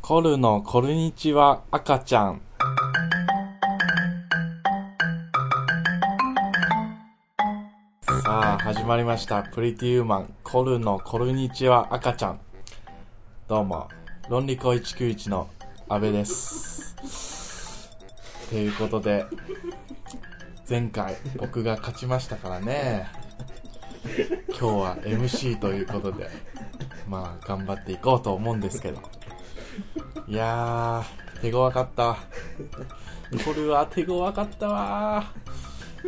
コルのコルニチは赤ちゃん。さあ、始まりました。プリティウーマン、コルのコルニチは赤ちゃん。どうも、論理校191の阿部です。ということで、前回僕が勝ちましたからね。今日は MC ということで、まあ頑張っていこうと思うんですけど。いやー、手強かった。これは手強かったわ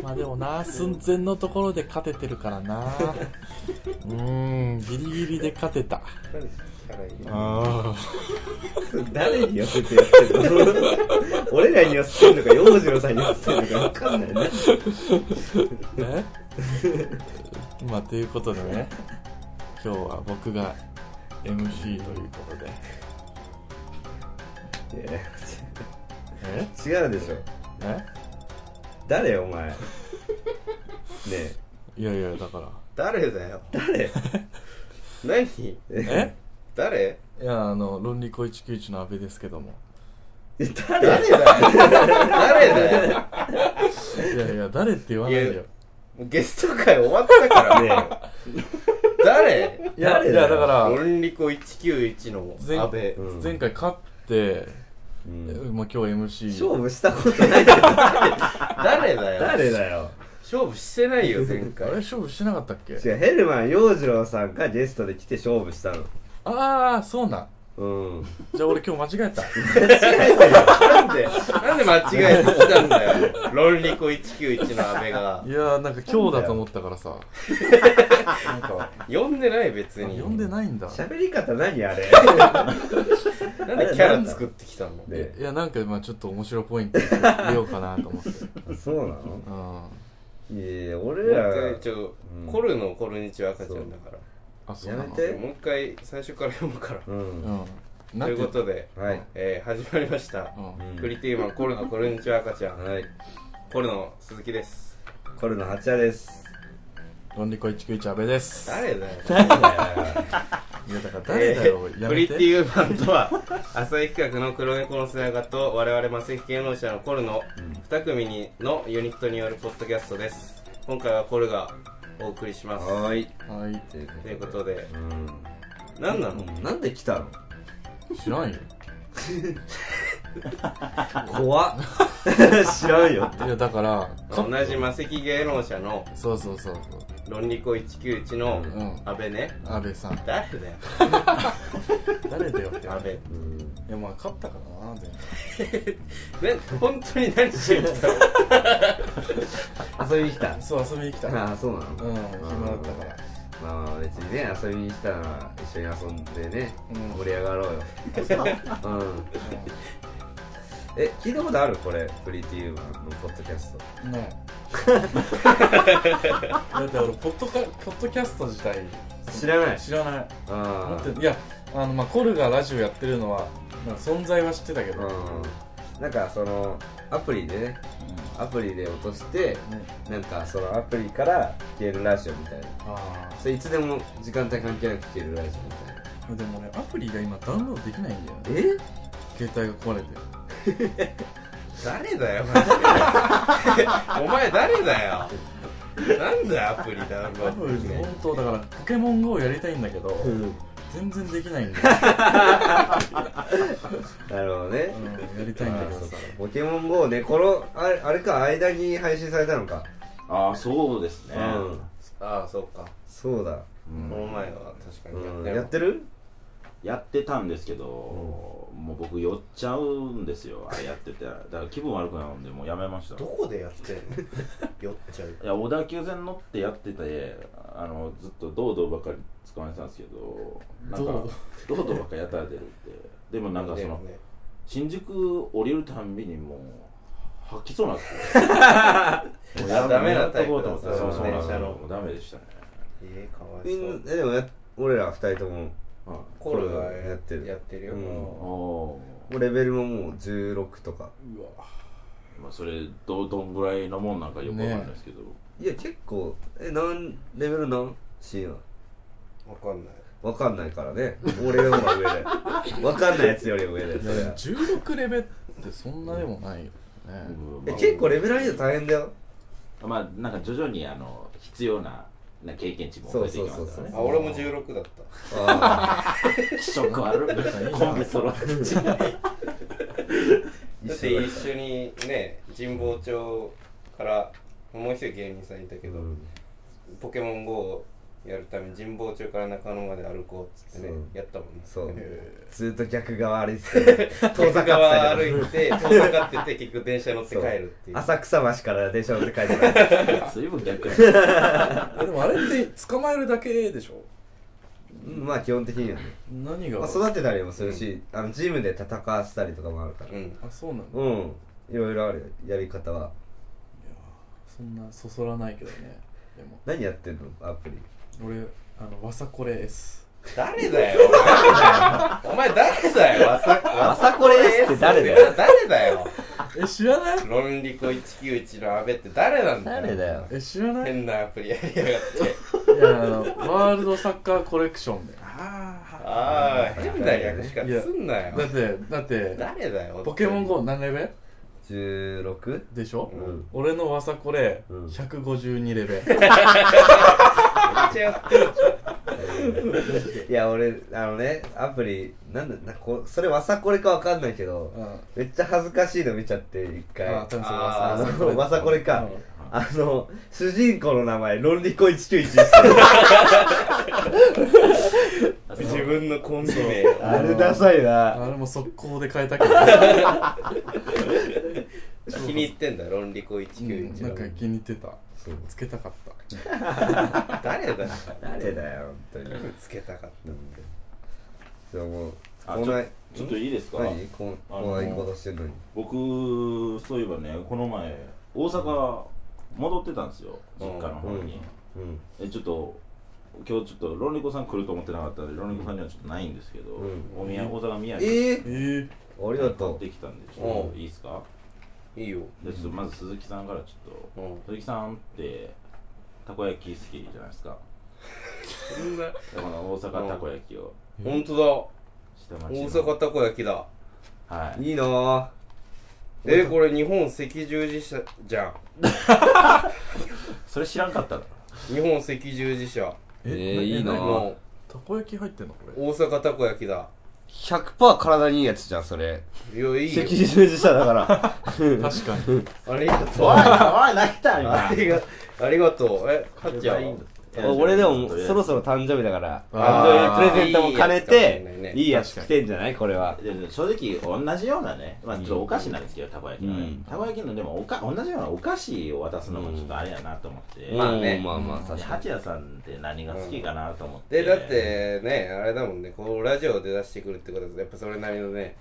まあでもな、寸前のところで勝ててるからな。うーん、ギリギリで勝てた。あ誰に寄せてやってるの 俺らに寄せてんのか、洋次郎さんに寄せてんのか分かんないな。えまあ、ということでね、今日は僕が MC ということで。え違うでしょ。え誰お前。ねえ。いやいや、だから。誰だよ。誰何え誰いや、あの、論理小191の阿部ですけども。誰誰だよ誰だよいやいや、誰って言わないよ。いゲスト会終わったからね。誰いや、いや、だから、論理子191の阿部、うん。前回勝って、うん、まあ今日 MC。勝負したことないけど、誰だよ。誰だよ。勝負してないよ、前回。あれ、勝負してなかったっけ違う、ヘルマン洋次郎さんがゲストで来て勝負したの。ああ、そうなん。うん、じゃあ俺今日間違えた 間違えたよなんでなんで間違えてきたんだよ論理子191の阿部がいやーなんか今日だと思ったからさなんか呼んでない別に呼んでないんだ喋り方何あれ なんでキャラ作ってきたのいやなんか今ちょっと面白ポイント入れようかなと 思ってそうなのうんいや俺らが、うん、コルのコルニチは赤ちゃんだからあそうやめてもう一回最初から読むから、うん、ということで、はい、えー、始まりました「クリティーマンコルノこんにちは赤ちゃん」はい、コルノ鈴木ですコルノ八谷ですロンリコ191阿部です誰だよ誰だよいやだから誰だよ、えー、クリティーマンとは浅井企画の黒猫の背中と我々マセキ芸能者のコルノ2組にのユニットによるポッドキャストです今回はコルがお送りしますはいはいということで、、うん、何なの、うんなんで来たの知らんよ怖っ 知らんよいやだから同じ魔石芸能者のそうそうそう論理子191の阿部ね阿部、うん、さん誰だよ誰だよって阿部いやまあ勝ったからな全然本当に何しに来たの遊びに来たそう遊びに来たああそうなのうん暇だったからまあ別にね遊びに来たら一緒に遊んでね、うん、盛り上がろうようん、うん、え聞いたことあるこれプリティーマンのポッドキャストねえだって俺ポッドポッドキャスト自体知らない知らないああいやあの、まあ、コルがラジオやってるのは存在は知ってたけど、うん、なんかそのアプリでね、うん、アプリで落として、うん、なんかそのアプリから聴けるラジオみたいなそれいつでも時間帯関係なく聴けるラジオみたいなでもねアプリが今ダウンロードできないんだよねえ携帯が壊れて誰だよ お前誰だよなんだよアプリダウンロードできない本当だからポケモン GO やりたいんだけど、うん全然できないんだなるほどね、うん、やりたいんだけどさポケモン GO ねこのあれあれか間に配信されたのか、ああそうですね、うんああそうかそうだ、、うん、この前は確かにやって、うんやってるやってたんですけど、もう僕酔っちゃうんですよあれやっててだから気分悪くなるんでもうやめましたどこでやっ てんの酔っちゃういや小田急線乗ってやっててあのずっと堂々ばかり使われてたんですけどなんか堂々ばかりやったら出るってでもなんかその、ね、新宿降りるたんびにもう吐きそうなってもうやダメなタイプだったそうそうなんですもうダメでしたねえー、かわいそうえでもや俺ら二人ともコロナやってる、やってるよ、うんレベルももう16とかうわまあそれどどんぐらいのもんなんかよくわかんないですけど、ね、いや結構え何レベル何シーンはわかんないわかんないからね俺の方が上でわかんないやつより上でそれは16レベルってそんなでもないよね、え結構レベル上げて大変だよ構まあなんか徐々にあの必要なな経験値も覚えていきますからあね俺も16だったああ気色悪 いコンビ揃ってだって一緒にね神保町からもう一人芸人さんいたけど、ポケモン GO をやるために神保町から中野まで歩こうっつってそねうやったもんねそうえずっと逆側歩いて てー遠遠ざかってざたかじゃん歩いて遠ざかってて結局電車乗って帰るっていう浅草橋から電車乗って帰ってた随分逆 やえでもあれって捕まえるだけでしょうんまあ基本的にはね、何が、まあ、育てたりもするし、あのジムで戦わせたりとかもあるからうんあそうなんだうんいろいろあるよやり方はいやーそんなそそらないけどねでも何やってんのアプリ俺あのわさこれ S 誰だよ お前お前誰だよわさわさこれって誰だよ誰だよえ知らない論理子191の阿部って誰なんだよ誰だよえ知らないい変なアプリやりやがってやあのワールドサッカーコレクションであああ変な略しかすんなよだってだって誰だよポケモン GO の何レベル 16? でしょ、うん俺のわさこれうん152レベル、いや俺あのねアプリなんだなんかこうそれわさこれかわかんないけどうんめっちゃ恥ずかしいの見ちゃって一回あ、多分それあわさこれのわさこれかうんあの主人公の名前論理子191して自分のコンビ名をるあれダサいなあれも速攻で変えたけど、気に入ってんだ論理子うんなんか191気に入ってたそうつけたかったの誰だよ誰だよ本当につけたかっでもあこないちょっといいですか何こあのこないことしてんのに僕そういえばねこの前大阪戻ってたんですよ実家の方に、うんえちょっと今日ちょっとロンリコさん来ると思ってなかったんでロンリコさんにはちょっとないんですけど、うんおみや大阪土産えーえー、ありが買っとてきたんでちょっといいですかたいいよでちょっとまず鈴木さんからちょっと、うん鈴木さんってたこ焼き好きじゃないですかそんなだから大阪たこ焼きを本当下だ町大の阪たこ焼きだはういいいなぁえこれ日本赤十字社じゃんそれ知らんかったの日本赤十字社ええーいいな何のたこ焼き入ってんのこれ大阪たこ焼きだ100%体にいいやつじゃんそれいやいいよ赤十字社だから確かにありがとうおいおい泣いたありがありがとうえかっちゃんは俺でもそろそそろ誕生日だからあー誕生日プレゼントも兼ねていいいやつ来てんじゃないこれは正直同じようなね、まあ、ちょっとお菓子なんですけど、たこ焼きのね、うんたこ焼きのでもおか同じようなお菓子を渡すのもちょっとあれやなと思って、まあねまあまあで確か八谷さんって何が好きかなと思って、でだってねあれだもんねこうラジオで出してくるってことはやっぱそれなりのね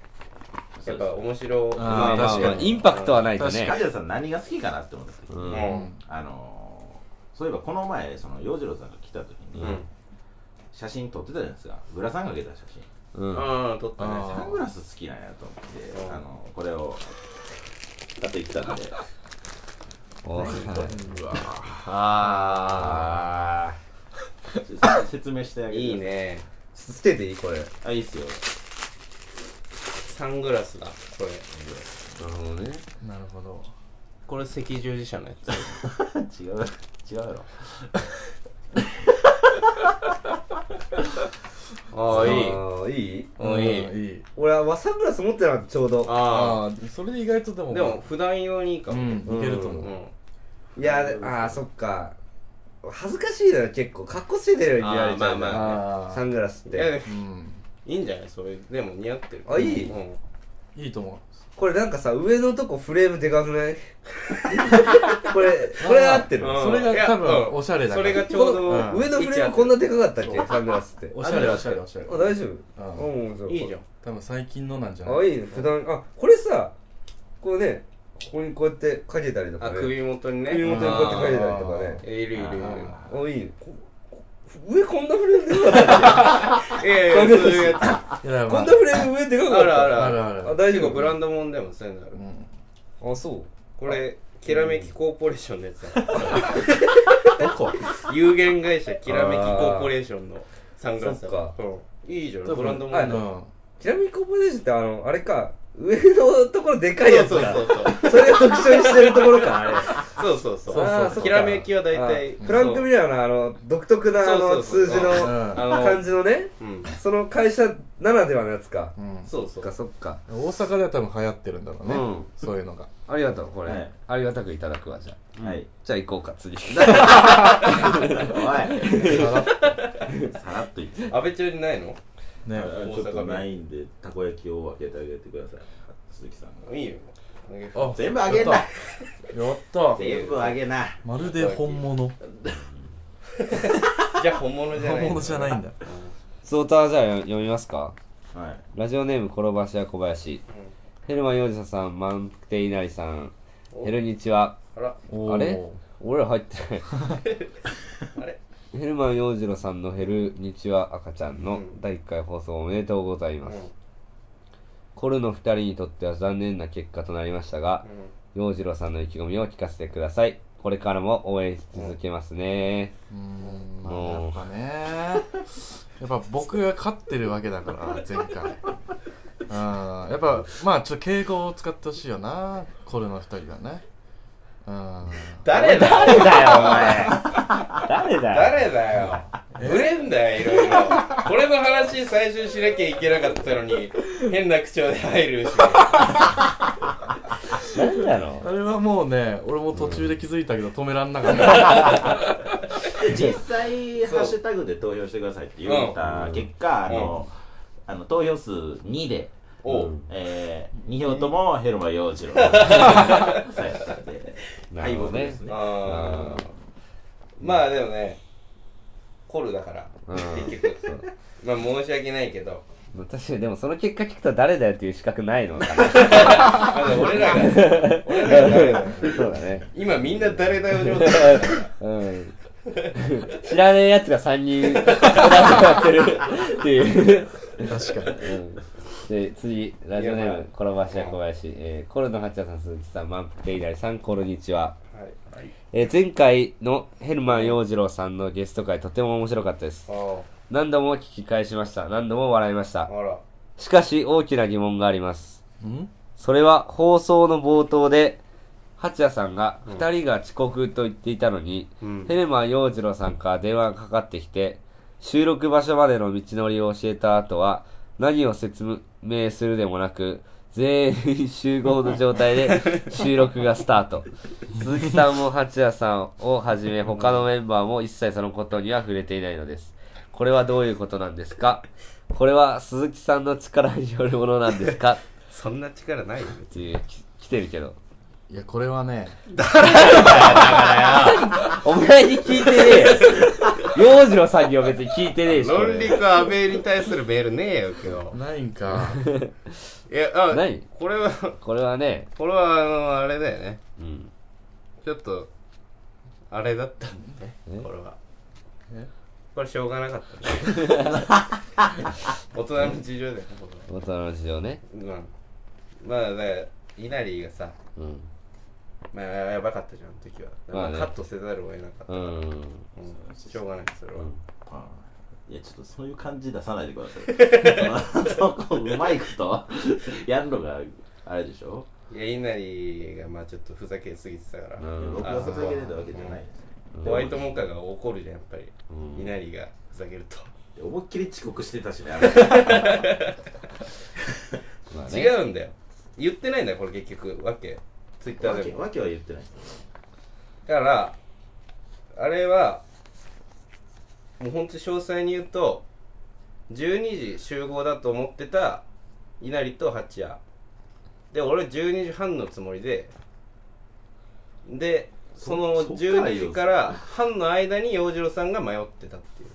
やっぱ面白いあーにまあ確まかあにインパクトはないと確八ね谷さん何が好きかなって思って、うんううんんあのー、そういえばこの前その洋次郎さんが来た時に、うん写真撮ってたじゃないですかグラサンかけた写真ああ撮ったねあーサングラス好きなんやと思ってうんあのこれを買ってきたんでおはいうわああ説明してあげていいね捨てていいこれなるあいいっすよサングラスだこれほどねなるほどこれ赤十字社のやつ違う違うやろああいいあいいいいうんいいうんいい俺はサングラス持ってなかったちょうどあああそれで意外とでもあでも普段用にいいかうもんいけると思ううんいやでああそっか恥ずかしいのよ結構かっこつけてるように見られちゃうじゃあーまあんまあサングラスっいやてういんいんじゃないそれでも似合ってるあいいうんいいと思これなんかさ上のとこフレームでかくない これこれ合ってるうんそれがいや多分うんおしゃれだそかられがちょうどうん上のフレームこんなでかかったっけサングラスってうおしゃれおしゃれおしゃれあ大丈夫うんうんそういいじゃん多分最近のなんじゃないあいいね普段あこれさこうねここにこうやってかけたりとかあね首元にね首元にこうやってかけたりとかあねあいるいるいるああいいねここ上こんなフレームでかかったっいやいやそういうやついやまけ こあんなフレーム上でかかったあるあるあるあるあ大結丈構夫ブランドもんでもそういうのあるうんあそうこれきらめきコーポレーションのやつだどこ 有限会社きらめきコーポレーションのサングラスだからそうんいいじゃん多分ブランドもあんうだんちなみにコーポレーションってあの、あれか、上のところでかいやつそうかそう。そうそうそれを特徴にしてるところか、あれ。そうそうそそううあーそっかひらめきは大体あーフランク・ミラーのあの、独特なあその、うそう数そう字のうんあの感じのね、うんその会社ならではのやつか。うんそうそそっうか、そっか。大阪では多分流行ってるんだろうね、うんそういうのがありがとう、これ。はいありがたくいただくわ、じゃあ。はい。じゃあ行こうか、 次。おい。さらっと。さらっと言って。安倍町にないのねちょっとないんで、たこ焼きを開けてあげてください。鈴木さんが。いいよ投げあ全部あげんなやったやった全部あげな。まるで本物じゃあ本物じゃない本物じゃないんだソーターじゃあ読みますかはい。ラジオネーム転ばし屋小林、ヘルマン洋二さん満亭稲荷さんおヘルニチはあらおーあれ俺ら入って ないあれヘルマン洋次郎さんの「ヘルニチは赤ちゃん」の第1回放送おめでとうございます、コルの2人にとっては残念な結果となりましたが洋次郎さんの意気込みを聞かせてくださいこれからも応援し続けますね、うーんまあやっぱねやっぱ僕が勝ってるわけだから前回うんやっぱまあちょっと敬語を使ってほしいよなコルの二人はねうん誰だ誰だよ、お前。誰だ誰よ。だよぶれんだよいろいろこれの話最初にしなきゃいけなかったのに変な口調で入るし誰なのあれはもうね俺も途中で気づいたけど止めらんなかった、実際、ハッシュタグで投票してくださいって言った結果、あの、あの投票数2で、おうえー、2票ともヘルマ 洋次郎さやったんで、なるほどね敗北ですね。あーまあでもねコルだからうん結局まあ申し訳ないけど確かにでもその結果聞くと誰だよっていう資格ないのかまだ俺らが俺らが誰だよな そうだね今みんな誰だよ状態うん。知らねえやつが3人、やってるっていう。確かにうんで、次、ラジオネいやーまあム、転ばしや小林、えー、コルのハッチャさん、鈴木さん、満腹でいなりさん、こんにちは。はいえー、前回のヘルマン洋次郎さんのゲスト会、とても面白かったですあ。ー何度も聞き返しました。何度も笑いました。あらしかし、大きな疑問があります。んそれは放送の冒頭で、八谷さんが2人が遅刻と言っていたのに、ヘルマン洋次郎さんから電話がかかってきて、収録場所までの道のりを教えた後は、何を説明するでもなく、全員集合の状態 で収録がスタート。鈴木さんも八谷さんをはじめ他のメンバーも一切そのことには触れていないのです。これはどういうことなんですかこれは鈴木さんの力によるものなんですかそんな力ないよっていうき来てるけ どいやこれはねお前に聞いてね えよ洋次郎さんには別に聞いてねえしこ論理れか安倍に対するメールねえよ今ないんか日いやあ何これはこれはねこれはあのあれだよねうんちょっとあれだったんだねこれはえこれしょうがなかったね 大人の事情だよねこ大人の事情ねれはうんまあだから稲荷がさうんまあやばかったじゃんあの時は、まあねカットせざるを得なかった、ううんんしょうがないそれは、あーいや、ちょっとそういう感じ出さないでください。そこうまいことやるのが、あれでしょいや稲荷がまあちょっとふざけすぎてたから、うん僕はふざけてたわけじゃないですね。ホワイトモカが怒るじゃんやっぱり、うん稲荷がふざけると、思いっきり遅刻してたしね、あれまあ違ねうんだよ言ってないんだよこれ結局わけツイッタわーけでもわけは言ってない。だからあれはもうほんと詳細に言うと12時集合だと思ってた稲荷と八夜で俺12時半のつもりででそのそそっから12時から半の間に洋次郎さんが迷ってたってい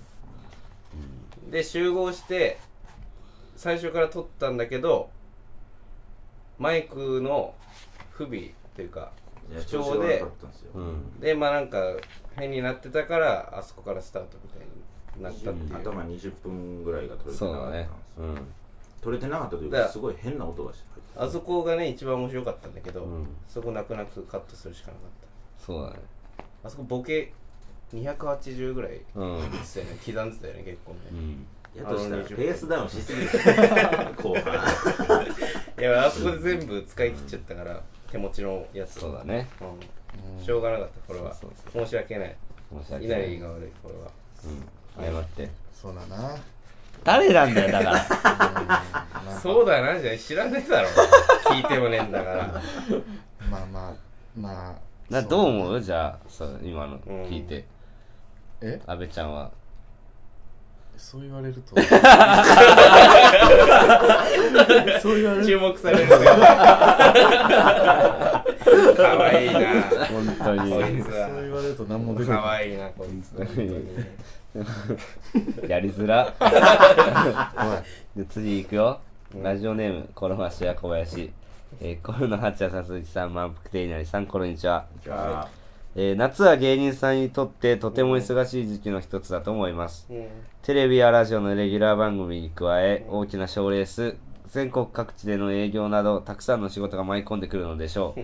うで集合して最初から撮ったんだけどマイクの不備というかいや不調子調が悪でかったんですようんでまあなんか変になってたからあそこからスタートみたいになったっていう頭20分ぐらいが取れてそうなだかったんねですうよん取れてなかったというだかからすごい変な音がして入ってあそこがね一番面白かったんだけど、うんそこ泣く泣くカットするしかなかっそうだねたあそこボケ280ぐらい言うんってたよね刻んでたよね結構ねうんやとしたあらのペ20ースダウンしすぎる後半いやあそこで全部使い切っちゃったから手持ちのやつをそうだねうんしょうがなかったこれはそう申し訳ない申し訳稲ない荷が悪いこれうはん謝ってそうだな誰なんだよ だからそうだよなんじゃない知らねえだろ 聞いてもねえんだからまあまあまあなどう思うじゃあそう今のうん聞いてえ阿部ちゃんはそう言われ るとそう言われ注目されるよかわいいな本当にこいそう言つはわれると何も出てかこないわいいなこいつやりづらおいで次行くよ、ラジオネームコロマシア小林、えー、コロのハチヤさすきさん満腹亭稲荷さんこんにちは、あえー夏は芸人さんにとってとても忙しい時期の一つだと思いますうんテレビやラジオのレギュラー番組に加え大きな賞レース全国各地での営業などたくさんの仕事が舞い込んでくるのでしょう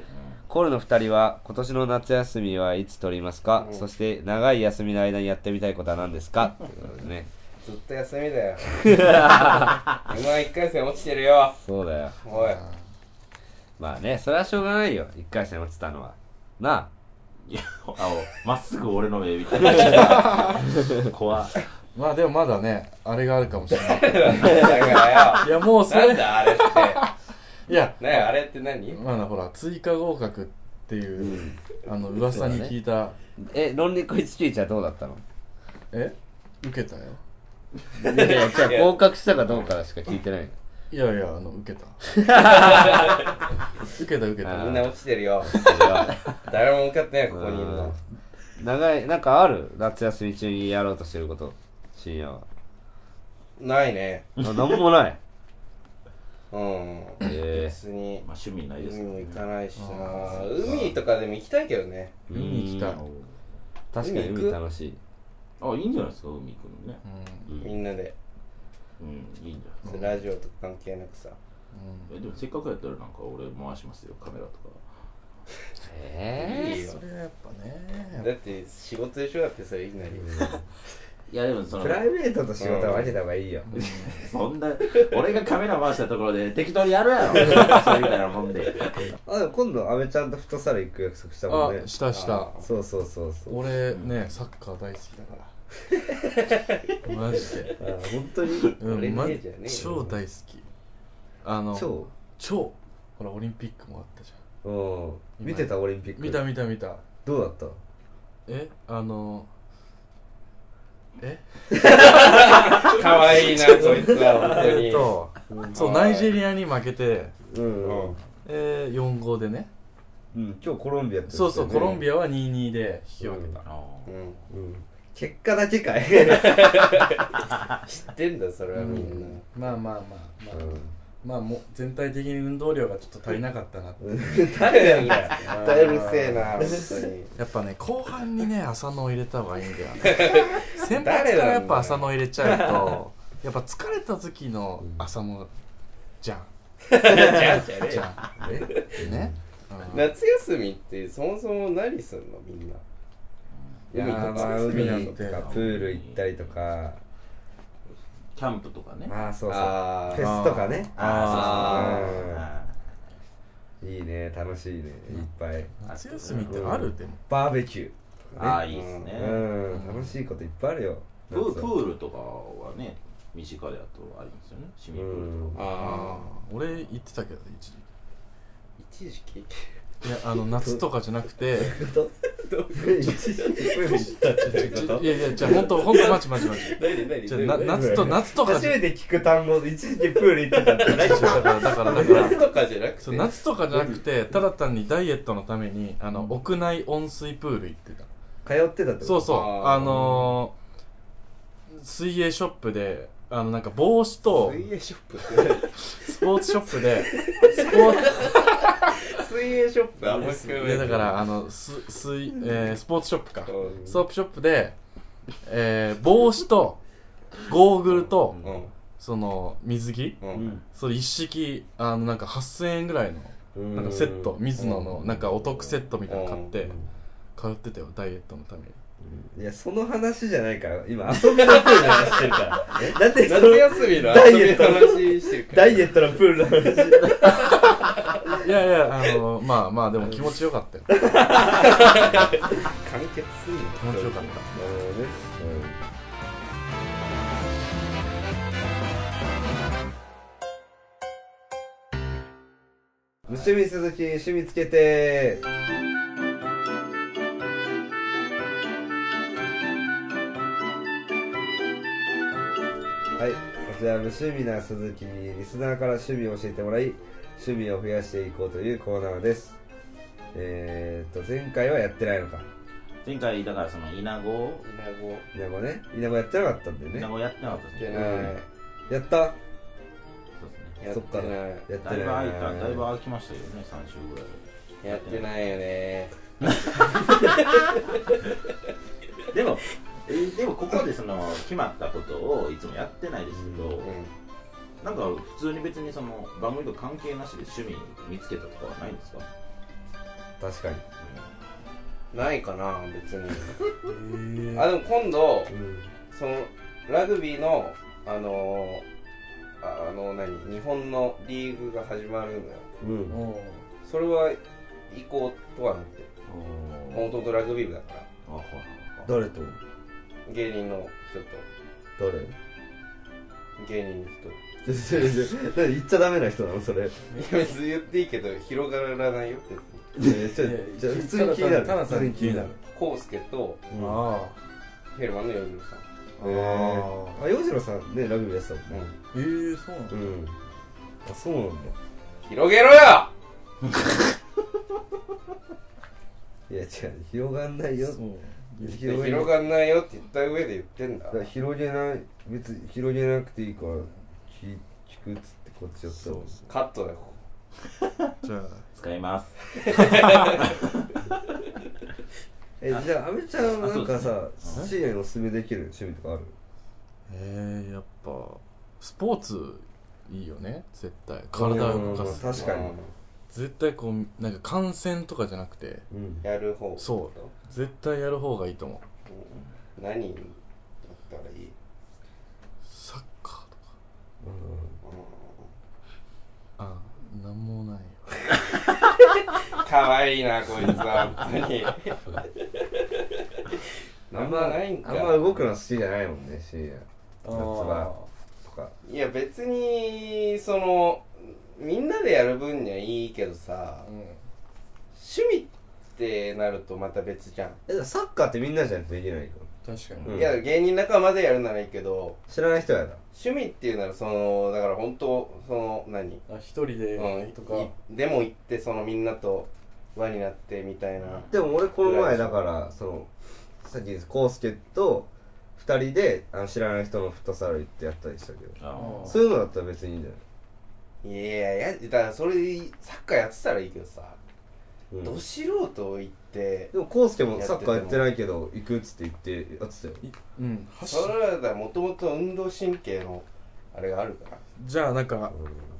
コールの2人は今年の夏休みはいつ取りますか、そして長い休みの間にやってみたいことは何ですかということでねずっと休みだ よ今一回戦落ちてるよそうだよおいまあね、それはしょうがないよ。一回戦落ちたのは。なーいや青まっすぐ俺の目見てる怖っまあでもまだねあれがあるかもしれないなん だよいやもうそなれんだあれっていやねあれって何まだほら追加合格っていう、あの噂に聞いた、あ。え、論理コ191はどうだったのえ受けたよいやいや、じゃあ合格したかどうかしか聞いてないの。いやいやあの受けた受 けた受けたみんな落ちてるよ誰も向かってないここにいるの長い、なんかある夏休み中にやろうとしてること。深夜は。ないねななんもない。うんえ別にまあ趣味ないです海けども行かねないしな海とかでも行きたいけどねえ見に行きたい、うん確かに海行く海楽しい。あいいんじゃないですか海行くのねみんなでうんいいんじゃないそれラジオとか関係なくさえでもせっかくやったらなんか俺回しますよカメラとかえいいよそれはやっぱねだって仕事でしょだってそれいきな りいやでもそのプイベートと仕事は分けた方がいいよ。そんな俺がカメラ回したところで適当にやるやろそれみたいなもんであ、でも今度、阿部ちゃんと太さら行く約束したあしたしたあそうそうそうそ。俺ねサッカー大好きだ からマジで、あ本当にうん俺ねマジじゃねえよ超大好きあの超 超ほらオリンピックもあったじゃうん。見てたオリンピッん見た見た見たどうだったえあのえかわいいなこいつは本当えにっとそうナイジェリアに負けて、うん、えー、4 5でねうん、今日コロンビアってそうそうコロンアビアは2 2で引き分けた、うん結果だけかい、知ってんだそれはみんなまあまあまあまあ、まあもう全体的に運動量がちょっと足りなかったなって、誰なんだよだいぶせえな本当にやっぱね後半にね浅野を入れた方がいいんだよ ね先発か誰らなんだよやっぱ浅野入れちゃうとやっぱ疲れた時の浅野 じゃんじゃんね、うん夏休みってそもそも何すんのみんな海とまあか海なんにてとかプール行ったりとかキャンプとかねああそうそうあフーェスとかねあーそうそうあーあいいね楽しいねいっぱい夏休みってあるでもバーベキューーあねーいいですね、うん楽しいこといっぱいあるよプー夏プはールとかはね身近であとありますよね市民プールとか、あ俺行ってたけど一時ー一時期期いやあ の夏とかじゃな くていやいやじゃあ本当本当マジマジマジ 何何じゃあな夏と夏とか 初じゃめて聞く単語で一時期プール行ってたって何だからだからだから 夏とかじゃなくそてう夏とかじゃなくてただ単にダイエットのためにあの屋内温水プール行ってた通ってたってそうこそうああーのー水泳ショップであのなんか帽子と水泳ショップってスポーツショップ でスポーツ何水泳ショップあんま聞こいえやなだいからあのす水、えースポーツショップかうんスポーツショップで、えー帽子とゴーグルとうんその水着うとんそれ一式あのなんか8000円ぐらいのうんなんかセット水野のなんかお得セットみたいなの買っうて通ってたよダイエットのためにいや、その話じゃないから、今、遊びのプールの話してるから。だって、そ夏の休みの遊びの話してるからダイエットのプールの話。いやいや、あの、まあまあ、でも気持ちよかったよ。完結すん気の持ちよかった。なるほどね。うん。無趣味鈴木、趣味つけてはい、こちら無趣味な鈴木にリスナーから趣味を教えてもらい、趣味を増やしていこうというコーナーです。えー、っと、前回はやってないのか。前回だからその稲子を稲稲子子ね。稲子やってなかったんだよね稲。子やってなかったですやっねてないやったそうですねやそっっかてないやってだないいぶな空いただいぶ空きましたよね3週ぐらいやってないよね でもえーでもここでその決まったことをいつもやってないですけど、うなんか普通に別にその番組と関係なしで趣味見つけたとかはないんですか確かに、んないかな別にあでも今度そのラグビーのあのーああの何日本のリーグが始まるのようんそれは行こうとはなってるもともとラグビー部だからあはい誰と芸人の人と誰芸人の人 何言っちゃダメな人なのそれ、いや別に言っていいけど広がらないよ別にえー、ちょちょ普通に気になるただ普通に気になる、コウスケとうんああヘルマンのヨギさえー、あ洋次郎さんねラグビーやってたもんねん、うん、えー、そうなんだうんあそうなんだ広げろよいや違う広がんないよ広げ広がんないよって言った上で言ってんだだから広げない別に広げなくていいから聞聞くっつってこっちやったもんカットだよこじゃあ使いますえじゃあ阿部ちゃんはなんかさあそうですね深夜におすすめできる趣味とかあるえー、やっぱ、スポーツいいよね、絶対。体を動かす。確かに絶対こう、なんか感染とかじゃなくて、うんやる方そう絶対やる方がいいと思う。う何だったらいいサッカーとか。あ、なんもないよ。かわいいなこいつは本当 にあなんんもまないんかあんま動くの好きじゃないもんね深夜夏場とかいや別にそのみんなでやる分にはいいけどさ、趣味ってなるとまた別じゃん、えだからサッカーってみんなじゃないとできないか確かにら、うんいや芸人仲間でやるならいいけど知らない人はやだ趣味っていうならそのだから本当その何あ一人うんでとかいでも行ってそのみんなと輪になってみたいなでも俺この前だからそのさっきコウスケと二人であの知らない人のフットサル行ってやったりしたけどあのそういうのだったら別にいいんじゃいやいやいやだからそれサッカーやってたらいいけどさ、ない、うどん、素人行ってでもコウスケもサッカーやってないけど行くっつって言ってやってたようんそれはだからもともと運動神経のあれがあるからじゃあなんか、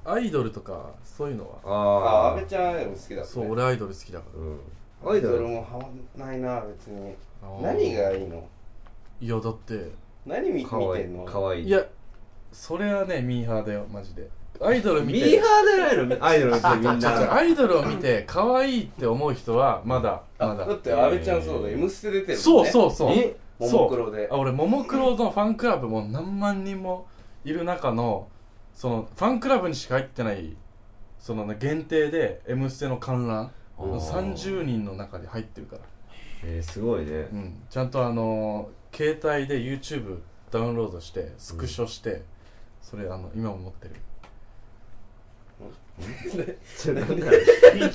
アイドルとか、そういうのは。ああーあ安倍ちゃんでも好きだった、ね、そう、俺アイドル好きだかうんアイドそれルもハマんないな別にら。あー何がいいのいや、だって、何見見かわいてんのいかわいいいや、それはね、ミーハーだよ、マジで。アイドル見て。ミーハーじゃないのアイドルの人みんじゃあじゃあなアイドルを見て可愛いって思う人はまだあまだだって安倍ちゃんそうだ「えー M ステ」出てるもそんねうそうそうえもそもうクロであ俺ももクロのファンクラブも何万人もいる中のそのファンクラブにしか入ってないそのね限定で「M ステ」の観覧あー30人の中で入ってるから、えーすごいねうん、ちゃんとあのー携帯で YouTube ダウンロードしてスクショして、それあの今も持ってるちょなんだ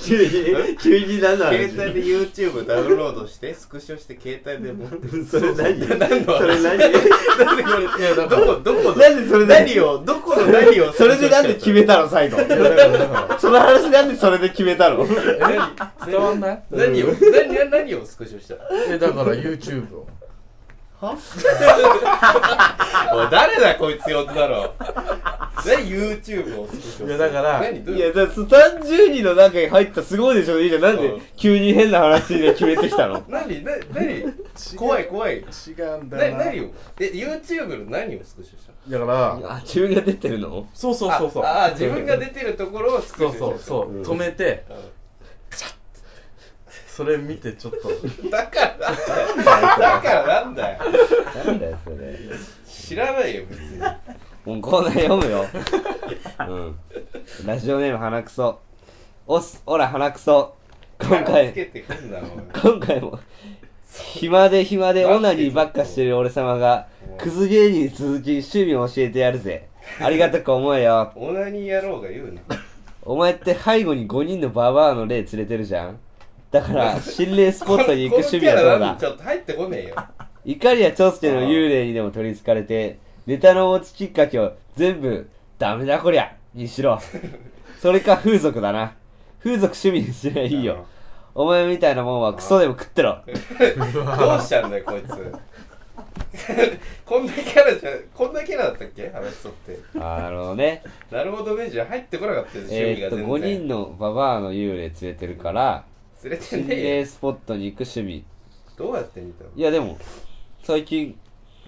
急に急に何なの携帯で YouTube ダウンロードしてスクショして携帯で持って るそれ何 何のそれ話何なんでこれいやだどこどこの何それ何をどこの何をそれでなんで決めたの 最後その話なんでそれで決めたのえ何伝わんない何を何何をスクショしたのえだから YouTube をおい誰だこいつ呼んだろ何 YouTube をスクショするいやだから何どういいうや、だって30人の中に入ったすごいでしょ、いいじゃん。なんうでん急に変な話で決めてきたの何何何怖い怖い違うんなだよな何をえ YouTube の何をスクショしたのだからあ、自分が出てるのそうそうそうそうああ自分が出てるところをスクシそョうしたそうそう、うん止めてうんそれ見てちょっとだからなんだよだからなんだよなんだよ、それ。知らないよ別にもうコーナー読むよ。うん。ラジオネーム、鼻くそ。おす、おら、鼻くそ。今つけ回、てくんなお前今回も、暇で暇でオナニーばっかしてる俺様が、クズ芸人に続き趣味を教えてやるぜ。ありがたく思えよ。オナニー野郎が言うなお前って背後に5人のババアの霊連れてるじゃんだから、心霊スポットに行く趣味はどうだちょっと入ってこねえよ怒りや長介の幽霊にでも取り憑かれて、ネタの持ちきっかけを全部、ダメだこりゃにしろ。それか風俗だな。風俗趣味にすりゃいいよ。お前みたいなもんはクソでも食ってろ。どうしたんだよこいつ こんなキャラじゃこんなキャラだったっけ話しとってあのね、なるほどねじゃ入ってこなかったよ趣え味ーっがと、全然、 5人のババアの幽霊連れてるから、連れて心ねえよ霊スポットに行く趣味。どうやって見たのいやでも、最近、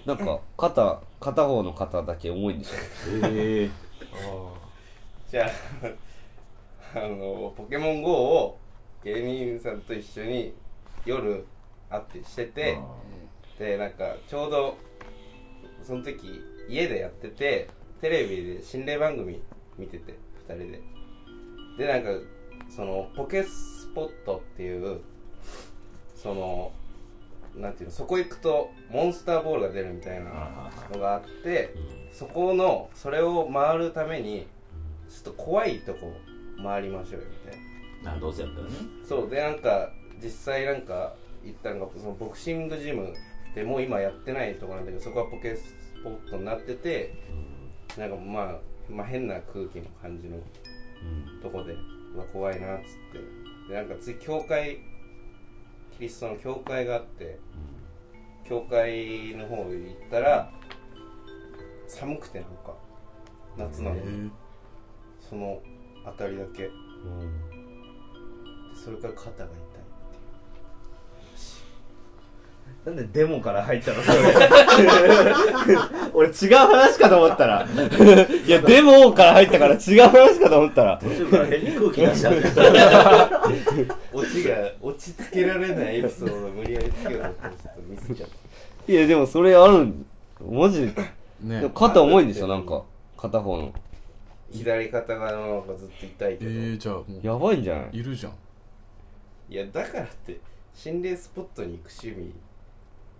なんか、肩、片方の肩だけ重いんでしょ。えじゃあ あのポケモン GO を芸人さんと一緒に夜会ってしてえてでなんかちょうどその時家でやっててテレビで心霊番組見てて2人ででなんかそのポケスポットっていうそのなんていうのそこ行くとモンスターボールが出るみたいなのがあってそこのそれを回るためにちょっと怖いとこ回りましょうよみたいなあどうせやったらねそうでなんか実際なんか行ったのがそのボクシングジムでもう今やってないとこなんだけどそこはポケスポットになっててなんかまあ、まあ、変な空気の感じのとこで、うわ怖いなっつってでなんか次教会キリストの教会があって教会の方行ったら寒くてなんか夏なのにその辺りだけそれから肩が痛いなんでデモから入ったの俺違う話かと思ったら。いや、デモから入ったから違う話かと思ったら。 途中から変に空気出しちゃって落ちが落ち着けられないエピソードを無理やりつけようと思ってちょっとミスっちゃっいや、でもそれあるんマジで。ねでも肩重いんでしょ、なんか。片方の。た左肩がなんかずっと痛いえけど、ー、じゃあもやばいんじゃなういいるじゃんいやだからって心霊スポットに行く趣味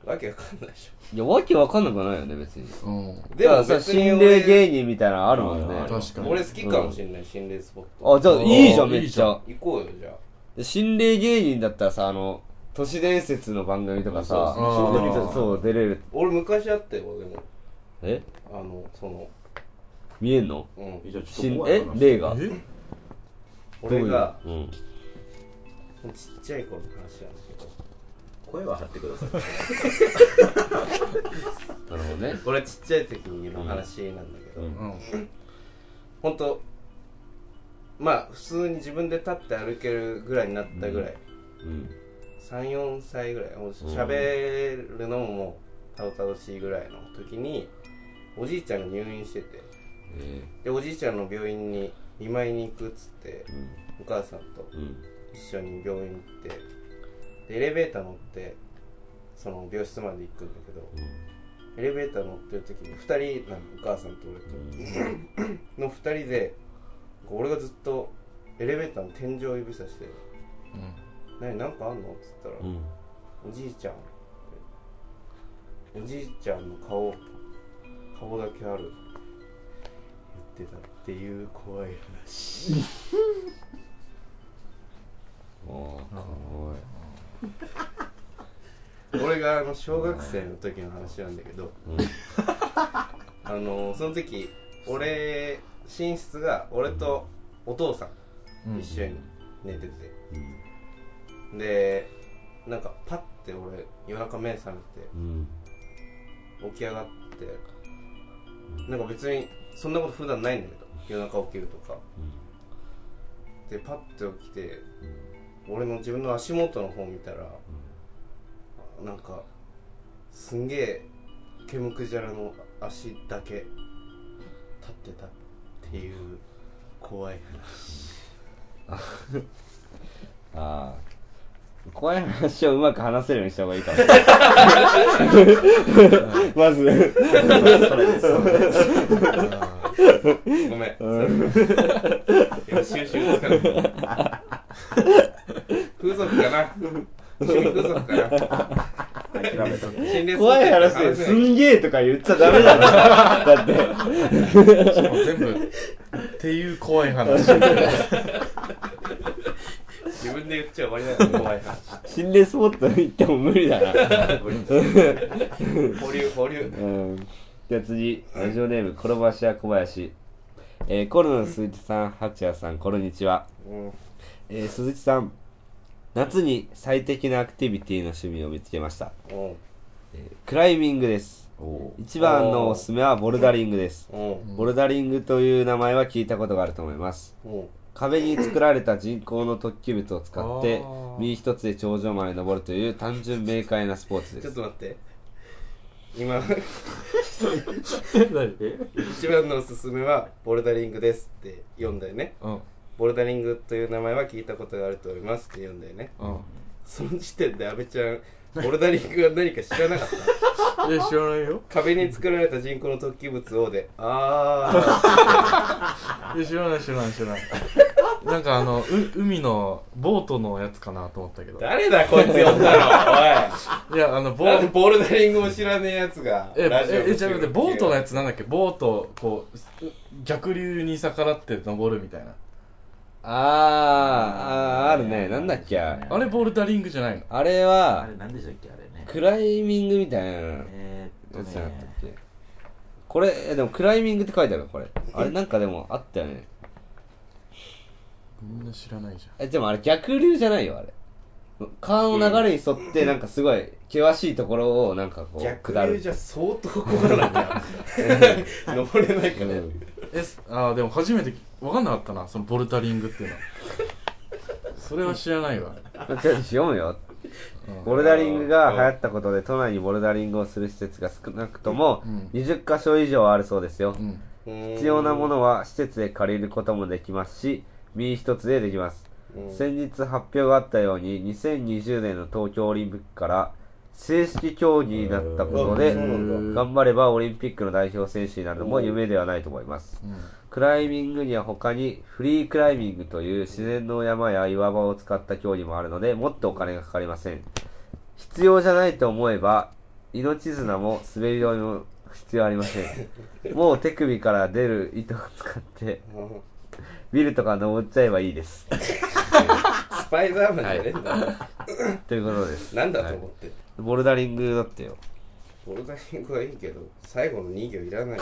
わけわかんないでしいや、わけわかんなくはないよね、別に。うんょでもさ、別に心俺霊芸人みたいなのあるもんあねる。確かに俺好きかもしれない、心霊スポットあ、じゃあいいじゃん、あーめっいいちじゃゃん。行こうよじゃあで心霊芸人だったらさ、あの、都市伝説の番組とかさ、そうそうそうそう出れる。俺昔あったよでもえあのその見えんのうんじゃあちょっと心怖いえ話霊が。え俺がどういううんちっちゃい頃の話なんだけど声は張ってくださいなるほどね。俺ちっちゃい時の話なんだけど、うんうん本当まあ普通に自分で立って歩けるぐらいになったぐらい、うん。 34歳ぐらいもう喋るのももうたどたどしいぐらいの時におじいちゃんが入院しててえでおじいちゃんの病院に見舞いに行くっつってーうん。お母さんとうん。一緒に病院行ってでエレベーター乗ってその病室まで行くんだけど、エレベーター乗ってる時に2人なのお母さんと俺と、の2人でこう俺がずっとエレベーターの天井を指さして「何なんかあんの?」っつったら、うん。おじいちゃんおじいちゃんの顔顔だけある言ってたっていう怖い話おー、かわ俺があの小学生の時の話なんだけど、うんあのその時俺寝室が俺とお父さん一緒に寝てて、でなんかパッて俺夜中目覚めてい。うん。起き上がってなんか別にそんなこと普段ないんだけど夜中起きるとか、でパッて起きて俺の自分の足元の方見たら、なんかすんげえケムクジャラの足だけ立ってたっていう怖いああ怖い話をうまく話せるようにした方がいいかもまず話ごめんそれいや収集つかない風俗かな趣味風俗かな心霊スポットしか怖い話話せなですんげえとか言っちゃダメだろだってしかも全部、っていう怖い話。自分で言っちゃ終わりだよ怖い話心霊スポット行っても無理だな保留保留うんじゃあ次ラジオネーム転ばし屋小林、えー、コロナの鈴木さん八谷さんこんにちは、うんえー鈴木さん夏に最適なアクティビティの趣味を見つけましたうんクライミングです一番のおすすめはボルダリングですうんボルダリングという名前は聞いたことがあると思いますうん壁に作られた人工の突起物を使ってあー身一つで頂上まで登るという単純明快なスポーツでちょっすと待って今え一番のおすすめはボルダリングですって読んだよねうん、ボルダリングという名前は聞いたことがあると思いますって読んだよねうん。その時点で阿部ちゃんボルダリングが何か知らなかったえ、知らないよ。壁に作られた人工の突起物をでああえ、知らない、知らない、知らない。なんかあの、う海のボートのやつかなと思 ったけど。誰だこいつ呼んだのいや、あの、おボいなんーでト、ボルダリングも知らねえやつがえ、ラジオえ、えじゃあ待って、ボートのやつつなんだっけボート、こう、う逆流に逆らって登るみたいな。あーあーあるねなんだっけあれあれ、ボルダリングじゃないのあれあはれ何でしたっけあれねクライミングみたいなやえー、っつとじゃなかねったっけこれえでもクライミングって書いてあるこれあれなんかでもあったよねみんな知らないじえでもあれ逆流じゃないよあれ川の流れに沿ってなんかすごい険しいところをなんかこう逆下流るじゃ相当怖かったよ 登れないから、うんゃん。え、すあー、でも初めて分かんなかったな、そのボルダリングっていうのは。それは知らないわ。まあちょっと読むようんボルダリングが流行ったことで都内にボルダリングをする施設が少なくともうん20箇所以上あるそうですようん。必必要なものは施設で借りることもできますし身一つでできます先日発表があったように2020年の東京オリンピックから正式競技になったことでへー頑張ればオリンピックの代表選手になるのも夢ではないと思いますクライミングには他にフリークライミングという自然の山や岩場を使った競技もあるのでもっとお金がかかりません必要じゃないと思えば命綱も滑り止めも必要ありませんもう手首から出る糸を使ってうんビルとか登っちゃえばいいですスパイダーマンじゃねえんだ、ということですなんだと思って、ボルダリングだってよボルダリングはいいけど最後の2行いら ない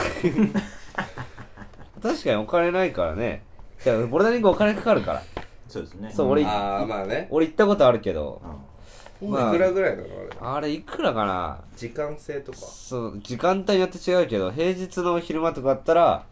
確かにお金ないからねいやボルダリングお金かかるからそうですねそう俺いああまあね俺行ったことあるけどまあいくらぐらいなのあれあれいくらかな時間制とかそう時間帯によって違うけど平日の昼間とかだったら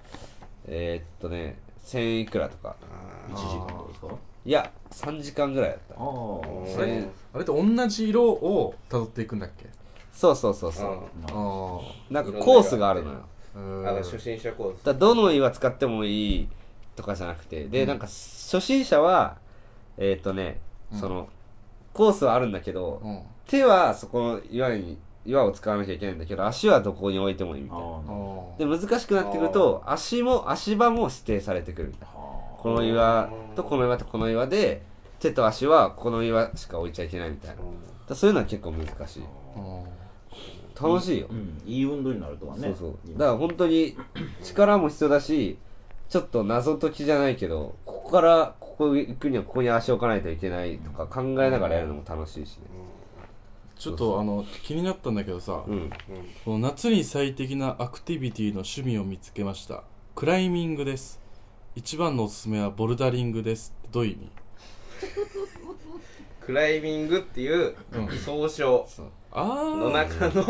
えー、っとね1000いくらとかあ1時間とかですかいや3時間ぐらいだったああーあれあれと同じ色を辿っていくんだっけそうそうそうそう、ああ。なんかコースがあるのようんあの初心者コースだからどの岩使ってもいいとかじゃなくてで、なんか初心者はえー、っとねその、コースはあるんだけど、うん。手はそこの岩に岩を使わなきゃいけないんだけど足はどこに置いてもいいみたいなあああで難しくなってくると足も足場も指定されてくるみたいなこの岩とこの岩とこの岩で手と足はこの岩しか置いちゃいけないみたいなだからそういうのは結構難しいあ。うん。楽しいよ、うんいい運動になるとかねそうそうだから本当に力も必要だしちょっと謎解きじゃないけどここからここ行くにはここに足置かないといけないとか考えながらやるのも楽しいしねちょっとあの、気になったんだけどさ、うんこの夏に最適なアクティビティの趣味を見つけましたクライミングです一番のおすすめはボルダリングですってどういう意味クライミングっていう総称そうあの中の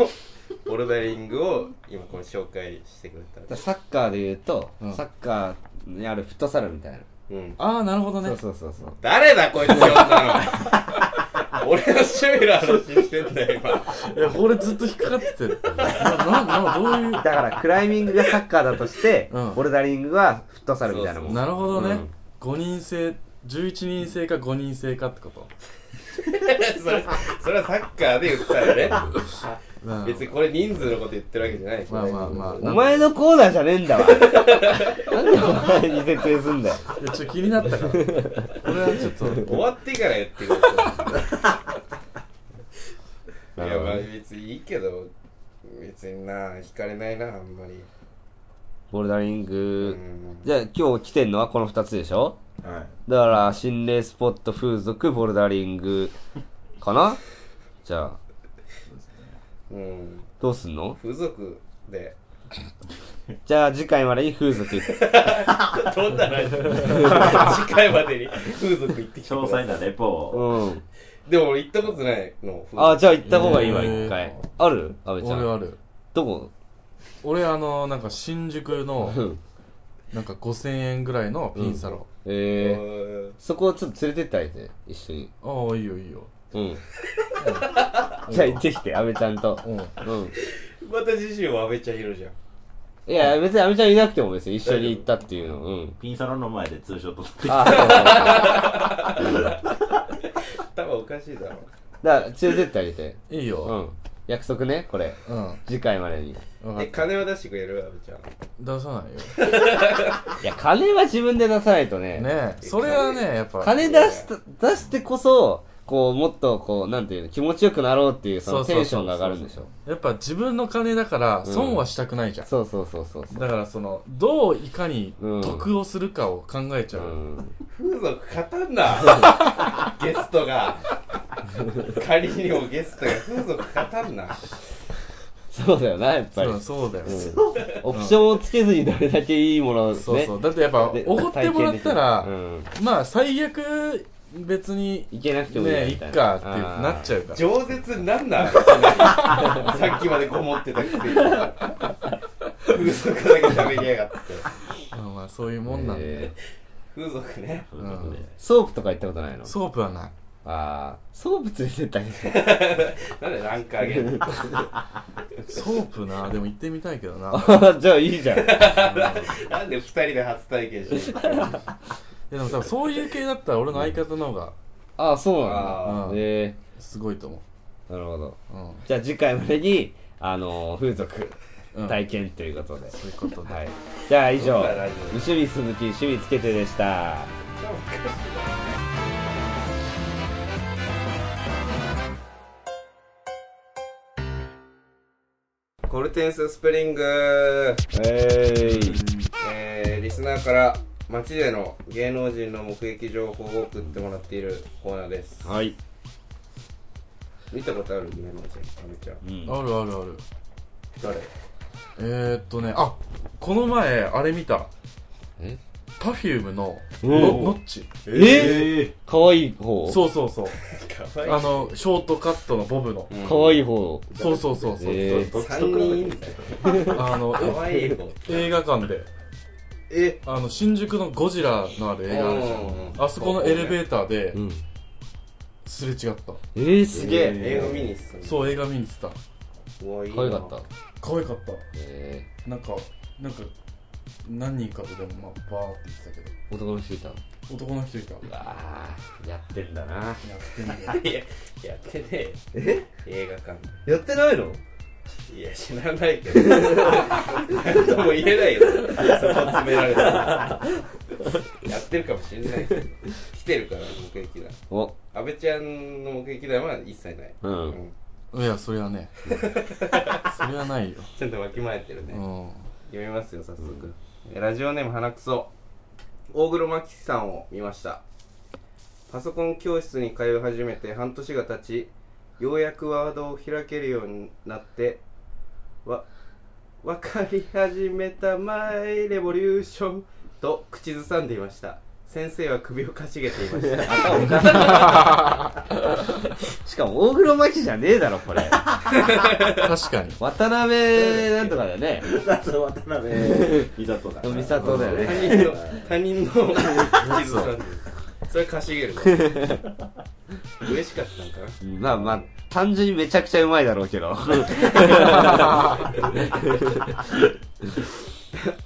ボルダリングを今この紹介してくれたサッカーで言うと、うんサッカーにあるフットサルみたいな、うんあああなるほどねそうそうそうそう誰だこいつ呼んだの 俺の趣味の話してんだよ今いやこれずっと引っかかっててなななどういうだからクライミングがサッカーだとして、うんボルダリングはフットサルみたいなもんなるほどうねん、五人制11人制か5人制かってことそれそれはサッカーで言ったよねうん別にこれ人数のこと言ってるわけじゃないし、まあまあまあお前のコーナーじゃねえんだわなんでお前に説明すんだよいやちょっと気になったからこれはちょっ と終わってからやってくださいいなやるほまどあね別にいいけど別にな惹かれないなあんまりボルダリンうグ、んじゃあ今日来てんのはこの2つでしょはいだから心霊スポット風俗ボルダリングかなじゃあうんどうすんの風俗でじゃあ次回までに風俗どんなライブ 次回までに風俗行ってきてく詳ださい細なレポをうんでも俺行ったことないの風俗あじゃあ行った方がいいわえー一回ある阿部ちゃ俺んあるどこ俺あのなんか新宿のうんなんか5000円ぐらいのピンサロ、えー、うんそこをちょっと連れてってあげて一緒にああいいよいいようんじゃあ行ってきて阿部ちゃんとうんうんまた次週は阿部ちゃんいるじゃんいや別に阿部ちゃんいなくても別に一緒に行ったっていうのうんピンサロの前でツーショット撮ってあそうそう そう頭おかしいだろだから連れてってあげていいうよん約束ねこれうん、次回までに分かえっ金は出してくれる阿部ちゃんた出さないよいや金は自分で出さないとねねえそれはねやっぱ金出した出してこそこうもっとこうなんていうの気持ちよくなろうっていうそのそうテそうそうンションが上がるんでしょやっぱ自分の金だからうん損はしたくないじゃん、そうそうそうそうそうだからそのどういかにうん得をするかを考えちゃう、うん風俗語んなゲストが仮にもゲストが風俗語んなそうだよなやっぱり、、そううんそうだよ、オプションをつけずにどれだけいいものをねそうそうだってやっぱでおごってもらった体ら、験できるまあ最悪別にうん、いけなくてもいいねえいっみたいかなってなっちゃうから饒舌になんな さっきまでこもってたくせに風俗だけ喋りやがってまあまあそういうもんなんで、え風俗ねそういうことでーソープとか行ったことないのソープはないああソープ連れてったりなんでランク上げ るのソープなでも行ってみたいけど な じゃあいいじゃんなんで二人で初体験してるのいやでも多分そういう系だったら俺の相方の方がああそうなんあーだえすごいと思ー、なるほどううん、じゃあ次回までにあの風俗うん、体験ということで、ということで、はい、じゃあ以上どんなラジオ「無趣味鈴木趣味つけて」でした。コルテンススプリングえーえー、リスナーから街での芸能人の目撃情報を送ってもらっているコーナーですはい、見たことある芸能人あめちゃんうん、あるあるある誰えー、っとねあこの前あれ見たえ Perfume のおのうノッチえー、かわいい方そうそうそうかあのショートカットのボブのうんかわいい方そうそうそうそう、えー、どっちと3比人いべるてんだよあのかわいい子え映画館でえあの新宿のゴジラのある映画あるじゃうんうんうんんあそこのエレベーターでうん、すれ違ったえー、すすげげええ映画見に行ってたそう映画見に行ってたううわいいかわいかなった可愛かったえなんかなんか何人かとでもまあバーって言ってたけどー、男の人いたの男の人いたうわーやってんだなやってみるいややってねえ映画館やってないのいや知らないけど何とも言えないよそこ詰められたらやってるかもしれないけど来てるから目撃談お阿部ちゃんの目撃談は一切ない、うんいやそりゃ ねそりゃないよ、ちょっとわきまえてるね、うん、読みますよ早速、えラジオネーム花くそ大黒摩季さんを見ましたパソコン教室に通い始めて半年が経ちようやくワードを開けるようになってわ分かり始めたマイレボリューションと口ずさんでいました先生は首をかしげていましたしかも大黒摩季じゃねえだろこれ確かに。 渡辺なんとかだよね 渡辺美里だ美 里だよ他ね人の他人の地図なんでそれかしげるの嬉しかったんかなまあまあ単純にめちゃくちゃうまいだろうけ ど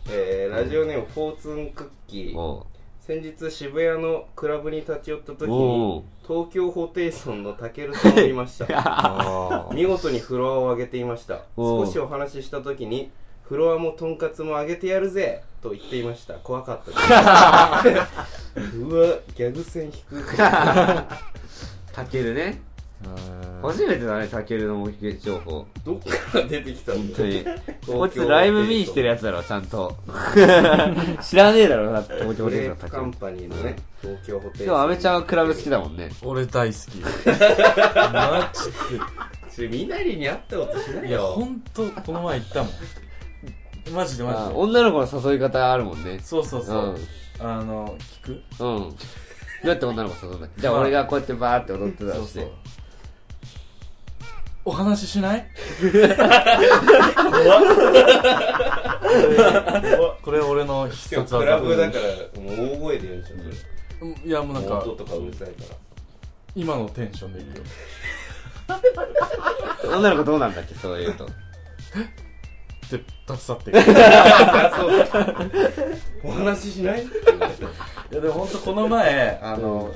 えー、ラジオネームフォーツンクッキーおう先日渋谷のクラブに立ち寄ったお時にう東京ホテイソンのたけるさんを見 ましたあ見事にフロアを上げていましたおう少しお話しした時にフロアもとんかつも上げてやるぜと言っていました怖かったです うわギャグ線引くたけるねー初めてだねたけるの目撃情報どっから出てきたん本だ当よに京こいつライブ見に来てるやつだろちゃんと 知らねえだろなって東京ホグテイレソンーのたプけカるンパニーのね東京ホテイソンでもアメちゃんはクラブ好きだもんね俺大好き。マジちょみなりに会ったことしなで。いいや、ほよんと、この前行ったもん。マジでマあジで。女の子の誘い方あるもんねそうそうそう。うんあの、聞くうん。どうやって女の子誘うんだっけじゃあ俺がこうやってバーって踊ってたそとうしそてう。。お話ししないこれ俺の必今日殺クラ技。ブだからもう大声で言うんじゃんそれうんいやもうなんか音、とかうるさいから今のテンションでいくよ。女の子どうなんだっけそういうと。で、立ち去っていく。お話ししないいやでも本当この前あの、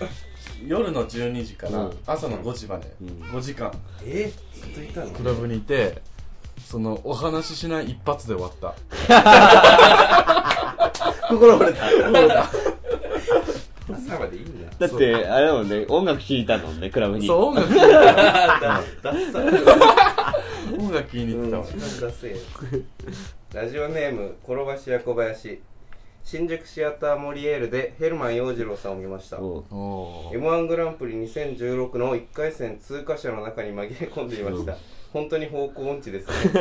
夜の12時から朝の5時まで、5時間えずっといたのクラブにいてそのお話ししない一発で終わった心折れた。朝までいいんだだって、あれだもんね、音楽聴いたもんね、クラブに。そう音楽聴いてたダッサ音楽聴いに行ってたわ、時間出せよラジオネーム転ばしや小林新宿シアターモリエールでヘルマン洋次郎さんを見ましたおう。お m 1グランプリ2016の1回戦通過者の中に紛れ込んでいました、本当に方向音痴ですねこ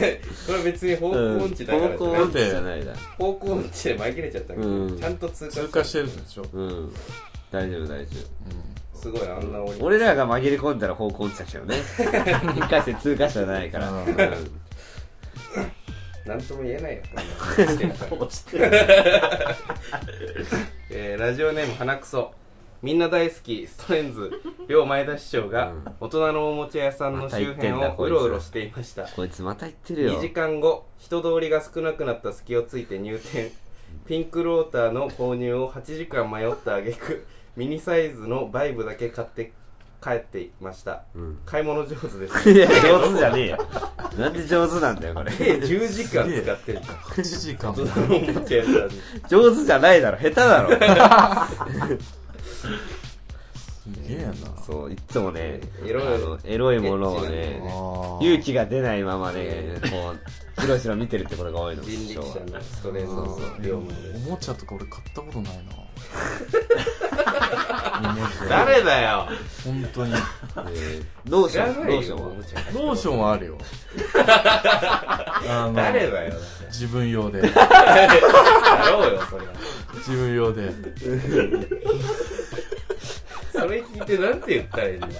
れこれ別に方向音痴だからじゃ高校ない、音痴じゃないだ。方向音痴で紛れちゃったけど、うんちゃんと通過通過してるんでしょ、 うん。大丈夫、大丈すごいあんな折り夫。俺らが紛れ込んだら方向音痴だけ どね。一回戦通過したじゃないから。ううんんなんとも言え ないよこんなの落ちてるえーラジオネーム花くそみんな大好きストレンズ両前田市長が大人のおもちゃ屋さんの周辺また言ってんだをこういつらろうろしていましたこいつまた言ってる2よ時。間後人通りが少なくなった隙をついて入店ピンクローターの購入を8時間迷った挙句ミニサイズのバイブだけ買って帰っていました、ん買い物上手ですいや、上手じゃねえよ。なんで上手なんだよ、これ。 計10時間使ってる8時間大人のおもちゃ屋さんに上手じゃないだろ、下手だろ。すげえなそう、いつもね、エロいあのエロいものをエッチねな、あ勇気が出ないままね、こう、しろしろ見てるってことが多いので人しょ力車のストレンズそうの両前おでもちゃとか俺買ったことないな誰だよ本当にロー知ショらン、なローいシよョおンもは。ちゃ屋ローションはあるよあの誰だよ自分用でだろうよそりゃ自分用でそれ聞いてなんて言ったらいいんだよ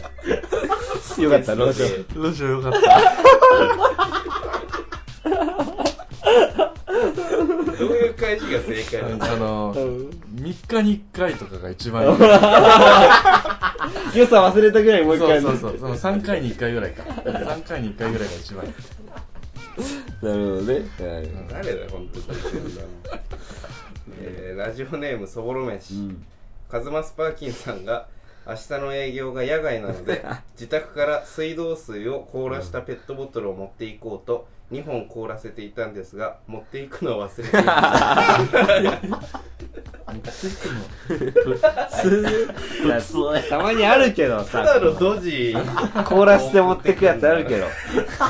かった、ローション。ローションよかったどういう返しが正解なのあの3日に1回とかが一番いい良さ忘れたぐらいもう一そう回。そうそう、その3回に1回ぐらいか。3回に1回ぐらいが一番いい。なるほどね。はい誰だよ本 当にえーラジオネームそぼろ飯、カズマスパーキンさんが明日の営業が野外なの で自宅から水道水を凍らしたペットボトルを持っていこうと2本凍らせていたんですが持っていくのを忘れていました たまにあるけどたださ、のドジ凍らして持ってくやつあるけ ど、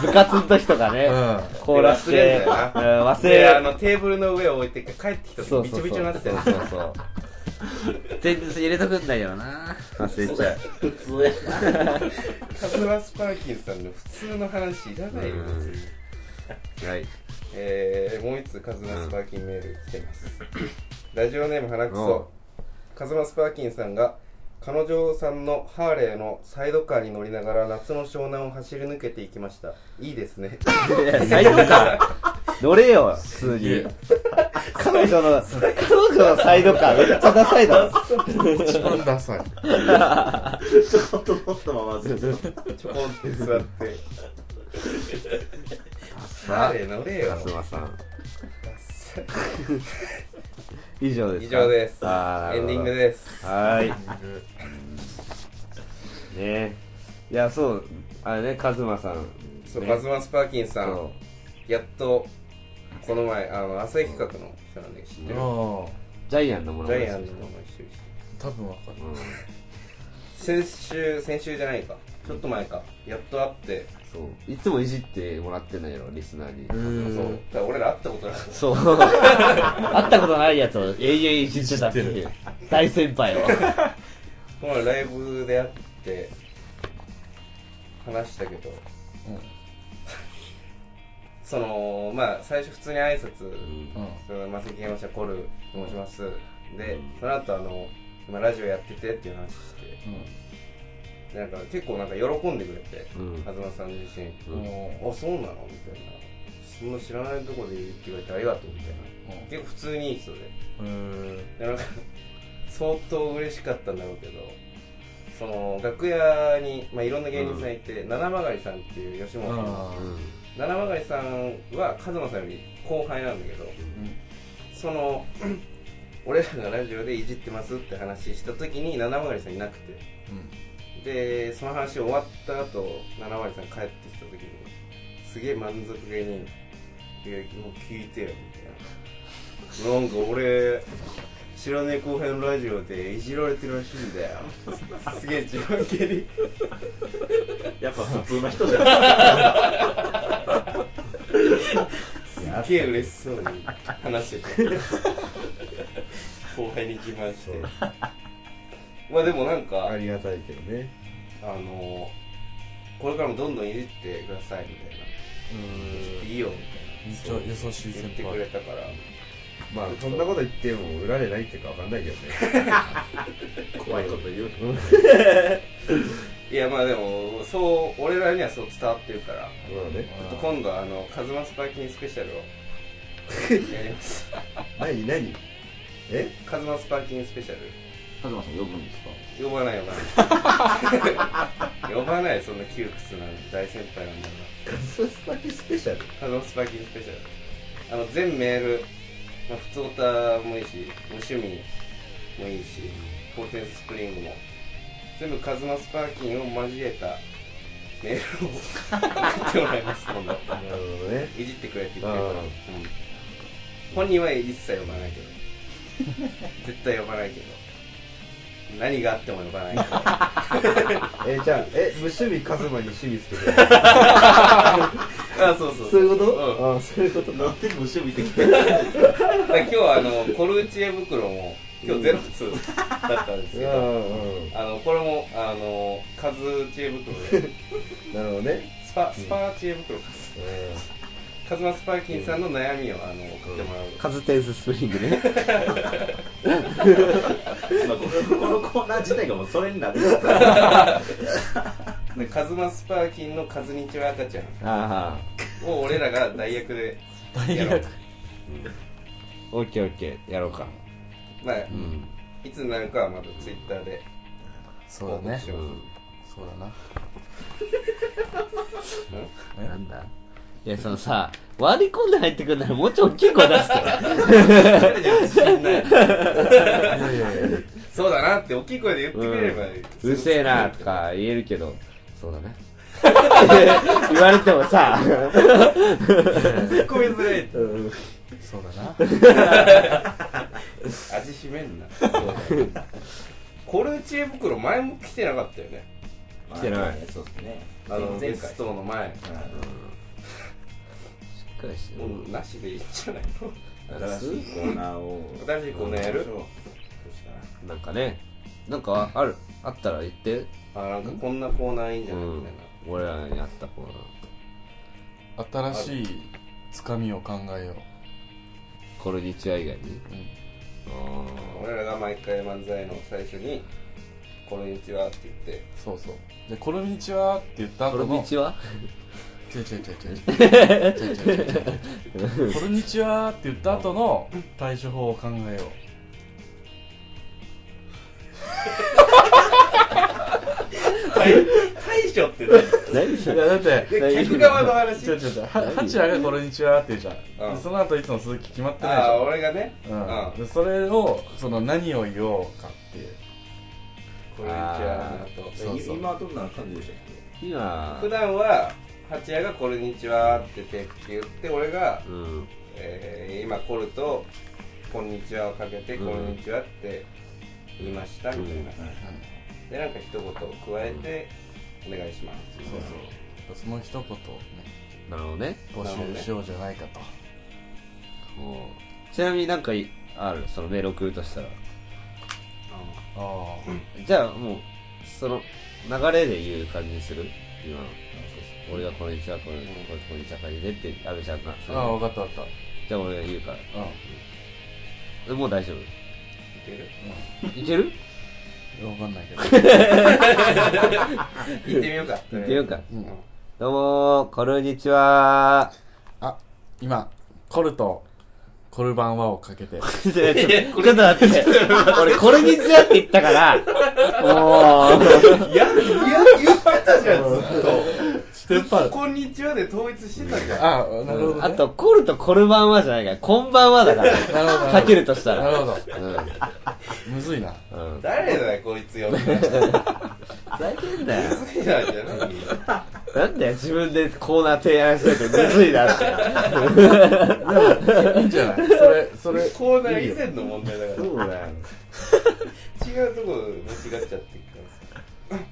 部活の時とかね、う凍らし忘て、れんうんだよな忘であれ、のテーブルの上を置いて帰ってきたそ時うビそチうそビチにう。なってたよそうそう。全然入れとくんだよな。忘れちゃう。普通やカズマスパーキンさんの普通の話いらないよ、別にはい。えー、もう一つカズマスパーキンメール来てます、ラジオネーム花くそカズマスパーキンさんが彼女さんのハーレーのサイドカーに乗りながら夏の湘南を走り抜けていきましたいいですねいやサイドカー乗れよ普通に彼女の彼女のサイドカーめっちゃダサいだろ一番ダサい。ちょっと持ったままずっとちょこんって座ってハさーレー乗れよあマさん以上です以か上ですあエンディングでですはーいねいやそうあれねカズマさんそう、ねカズマスパーキンさんそやっとこの前あの朝日企画の人なんで知ってる多うジャイアンのものジまねャイアンのもの一緒にして分わかる。うん先週先週じゃないかちょっと前かやっと会ってそういつもいじってもらってないやろリスナーにそうだから俺ら会ったことなかっそう会ったことないやつを永遠いじってたっていう大先輩をたこの前ライブで会って話したけど、 そのまあ最初普通に挨拶そのマセキゲーム社コルと申します、でその後あの今ラジオやっててっていう話して、でなんか結構なんか喜んでくれて、うん東さん自身、うんあそうなのみたいなそんな知らないとこで言ってくれてありがとうみたいな、結構普通にいい人ででなんか相当嬉しかったんだろうけどその楽屋に、まあ、いろんな芸人さんいて、七曲さんっていう吉本の七曲さんは和馬さんより後輩なんだけど、その 俺らがラジオでいじってますって話した時に七曲さんいなくて、でその話終わった後七割さん帰ってきた時にすげえ満足げに「いやもう聞いてよ」みたいな「なんか俺知らねえ後輩のラジオでいじられてるらしいんだよ」すげえ自分蹴りやっぱ普通の人じゃ ないすげえ嬉しそうに話してて後輩に自慢してまあでもなんかりがたいけどねあのこれからもどんどんいじってくださいみたいな「いいよ」みめっちたいゃな優しい言っ先てくれ輩。たからまあそんなこと言っても売られないっていうか分かんないけどね怖いこと言ういやまあでもそう俺らにはそう伝わってるからまあねちょっと今度あのカズマスパーキンスペシャルをやります何何えカズマスパーキンスペシャルカズマさん呼ぶんですか呼ばない呼ばない呼ばないそんな窮屈な大先輩なんだかカズマスパキスペシャルらカズマスパーキンスペシャルあの全メール、まあ、普通歌もいいし無趣味もいいしコーテンスプリングも全部カズマスパーキンを交えたメールを送ってもらいます今度なるほどねいじってくれって言ってるから、あうーん、本人は一切呼ばないけど絶対呼ばないけど何 があっても呼ばないけえどじゃあえ無趣味カズマに趣味つけてあそうそうそういうことんあそういうことなんで無趣味的だから今日はあのコルチエ袋も今日ゼロツーだったんでうすんけうど、んあのこれもあのカズチエ袋でなるほどねスパスパーチエ袋かカズマスパーキンさんの悩みをあの送ってもらう、カズテンススプリングねまあこのコーナー自体がもうそれになってるからでカズマスパーキンのカズニチワ赤ちゃん ああを俺らが代役で大やろう学。オッケーオッケーやろうかまあうんいつになるかはまだツイッターでそう報だ告ねし。ます、そうだな。なんだいやそのさ割り込んで入ってくるならもうちょい大きい声出してそうだなって大きい声で言ってくれれ ば、うるせえなとか言えるけどそうだね 言われてもさ突っ込みづらいそうだな。味しめんなコルチエ袋前も来てなかったよね来てないそうですねあの前ベ前回ストの前もうなしでいいんじゃないの新しいコーナーを新しいコーナーやるそうなんかねなんかあるあったら言ってあなんかこんなコーナーいいんじうゃないんみたい俺らにあった方が新しいつかみを考えよコルニチア以外にう。うん俺らが毎回漫才の最初に「こんにちは」って言ってそうそうで「こんにちは」って言ったこ後のの道は違う違う違う違う違う違う違う違う違う違う違うこんにちはって言った後の対処法を考えよ大将って何何ういやだって客側の話違う違う違うはハチラが「こんにちは」って言うじゃん、うんでその後いつも鈴木決まってないじあゃあん俺がねうんうんでそれをその何を言おうかっていうこんにちはの後そうそう今はどんな感じでしたっけ今普段は八谷が「こんにちは」って手振って言って俺がう、んえー今コルと「こんにちは」をかけて「こんにちは」って言いましたみたいなでなんか一言加えて「お願いします」そうそうその一言をねなるほどね募集しようじゃないかと、もうちなみになんかいあるそのメール送るとしたらあじゃあもうその流れで言う感じにする今の俺がこんにちはこんにちはこんにちはこんにちはって阿部ちゃんがあああ分かった分かっじゃあ俺が言うからたうんえもう大丈夫いけるいける分かんないけど行ってみようかいけるかうんどうもーこんにちはあ今コルとコルバンワをかけてーちょっとちょっと待って俺こんにちはって言ったからもういや言ったじゃんずっステッパと「こんにちは」で統一してたじゃんあなるほど、ね、あとコルとコルバンはじゃないからこんばんはだからなるほどかけるとしたなるらほどうむずいなんうん誰だよこいつ呼んだのふざけんなよ好きなんじゃないなんだよ自分でコーナー提案しててむずいなっていいんじゃないそれそれコーナー以前の問題だからそうだよ違うとこ間違っちゃってるか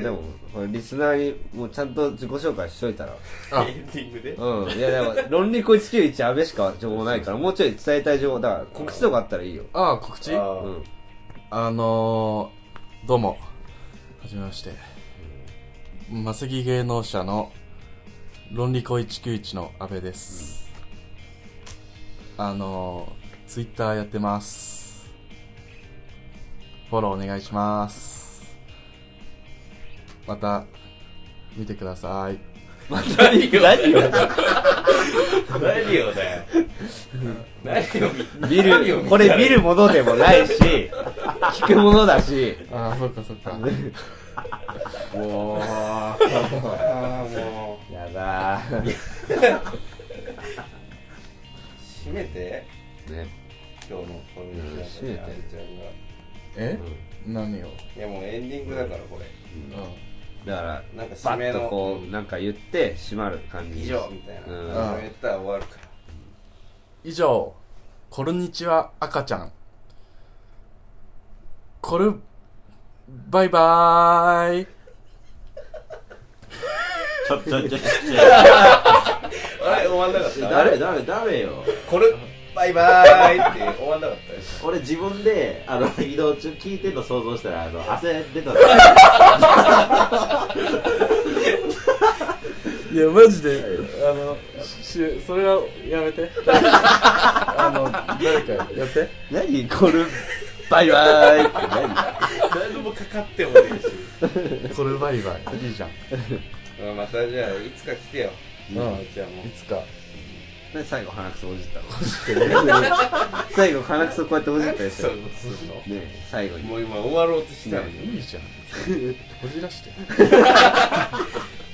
でもこれリスナーにもうちゃんと自己紹介しといたららエンディングでうんいやでも「論理子191阿部」しか情報ないからもうちょい伝えたい情報だから告知とかあったらいいよああ告知あうあんのー、どうもはじめましてマセキ芸能者の論理子191の阿部です、あのー、ツイッターやってますフォローお願いしますまた見てください何をあ何をだよ何を見るこれ見るものでもないし聞くものだ しああそっかそっかああもやだーう閉めてね今日のこんにちはうん閉めてあちゃんがえ、何を、いやもうエンディングだからこうれだからなんか締バめッとのこうなんか言って閉まる感じ以上みたいうなんそれ言ったら終わるかん、以上「こんにちは赤ちゃん」これバイバーイちょちょちょちょちらあれ終わんなかっょた誰誰誰よこれバイバーイって終わんなかったよ俺自分であの移動中聞いてんの想像したらあの焦ってたのいやマジであのしそれはやめ てあの誰かやって何こ れバイバイって何もかかってもねえしこれバイバイいいじゃんうんまたじゃあいつか来てようんじゃあもいつか 何最後鼻くそほじったの 最後鼻くそこうやってほじったりすそうるすんのね最後にもう今終わろうとしたのにいい じゃんこじらして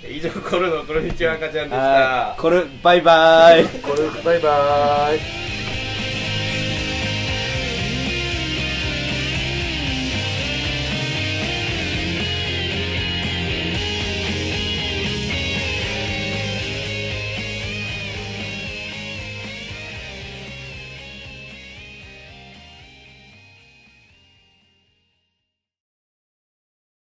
以上コロのこんにちは赤ちゃんでしあたーこれバイバイこれバイバーイ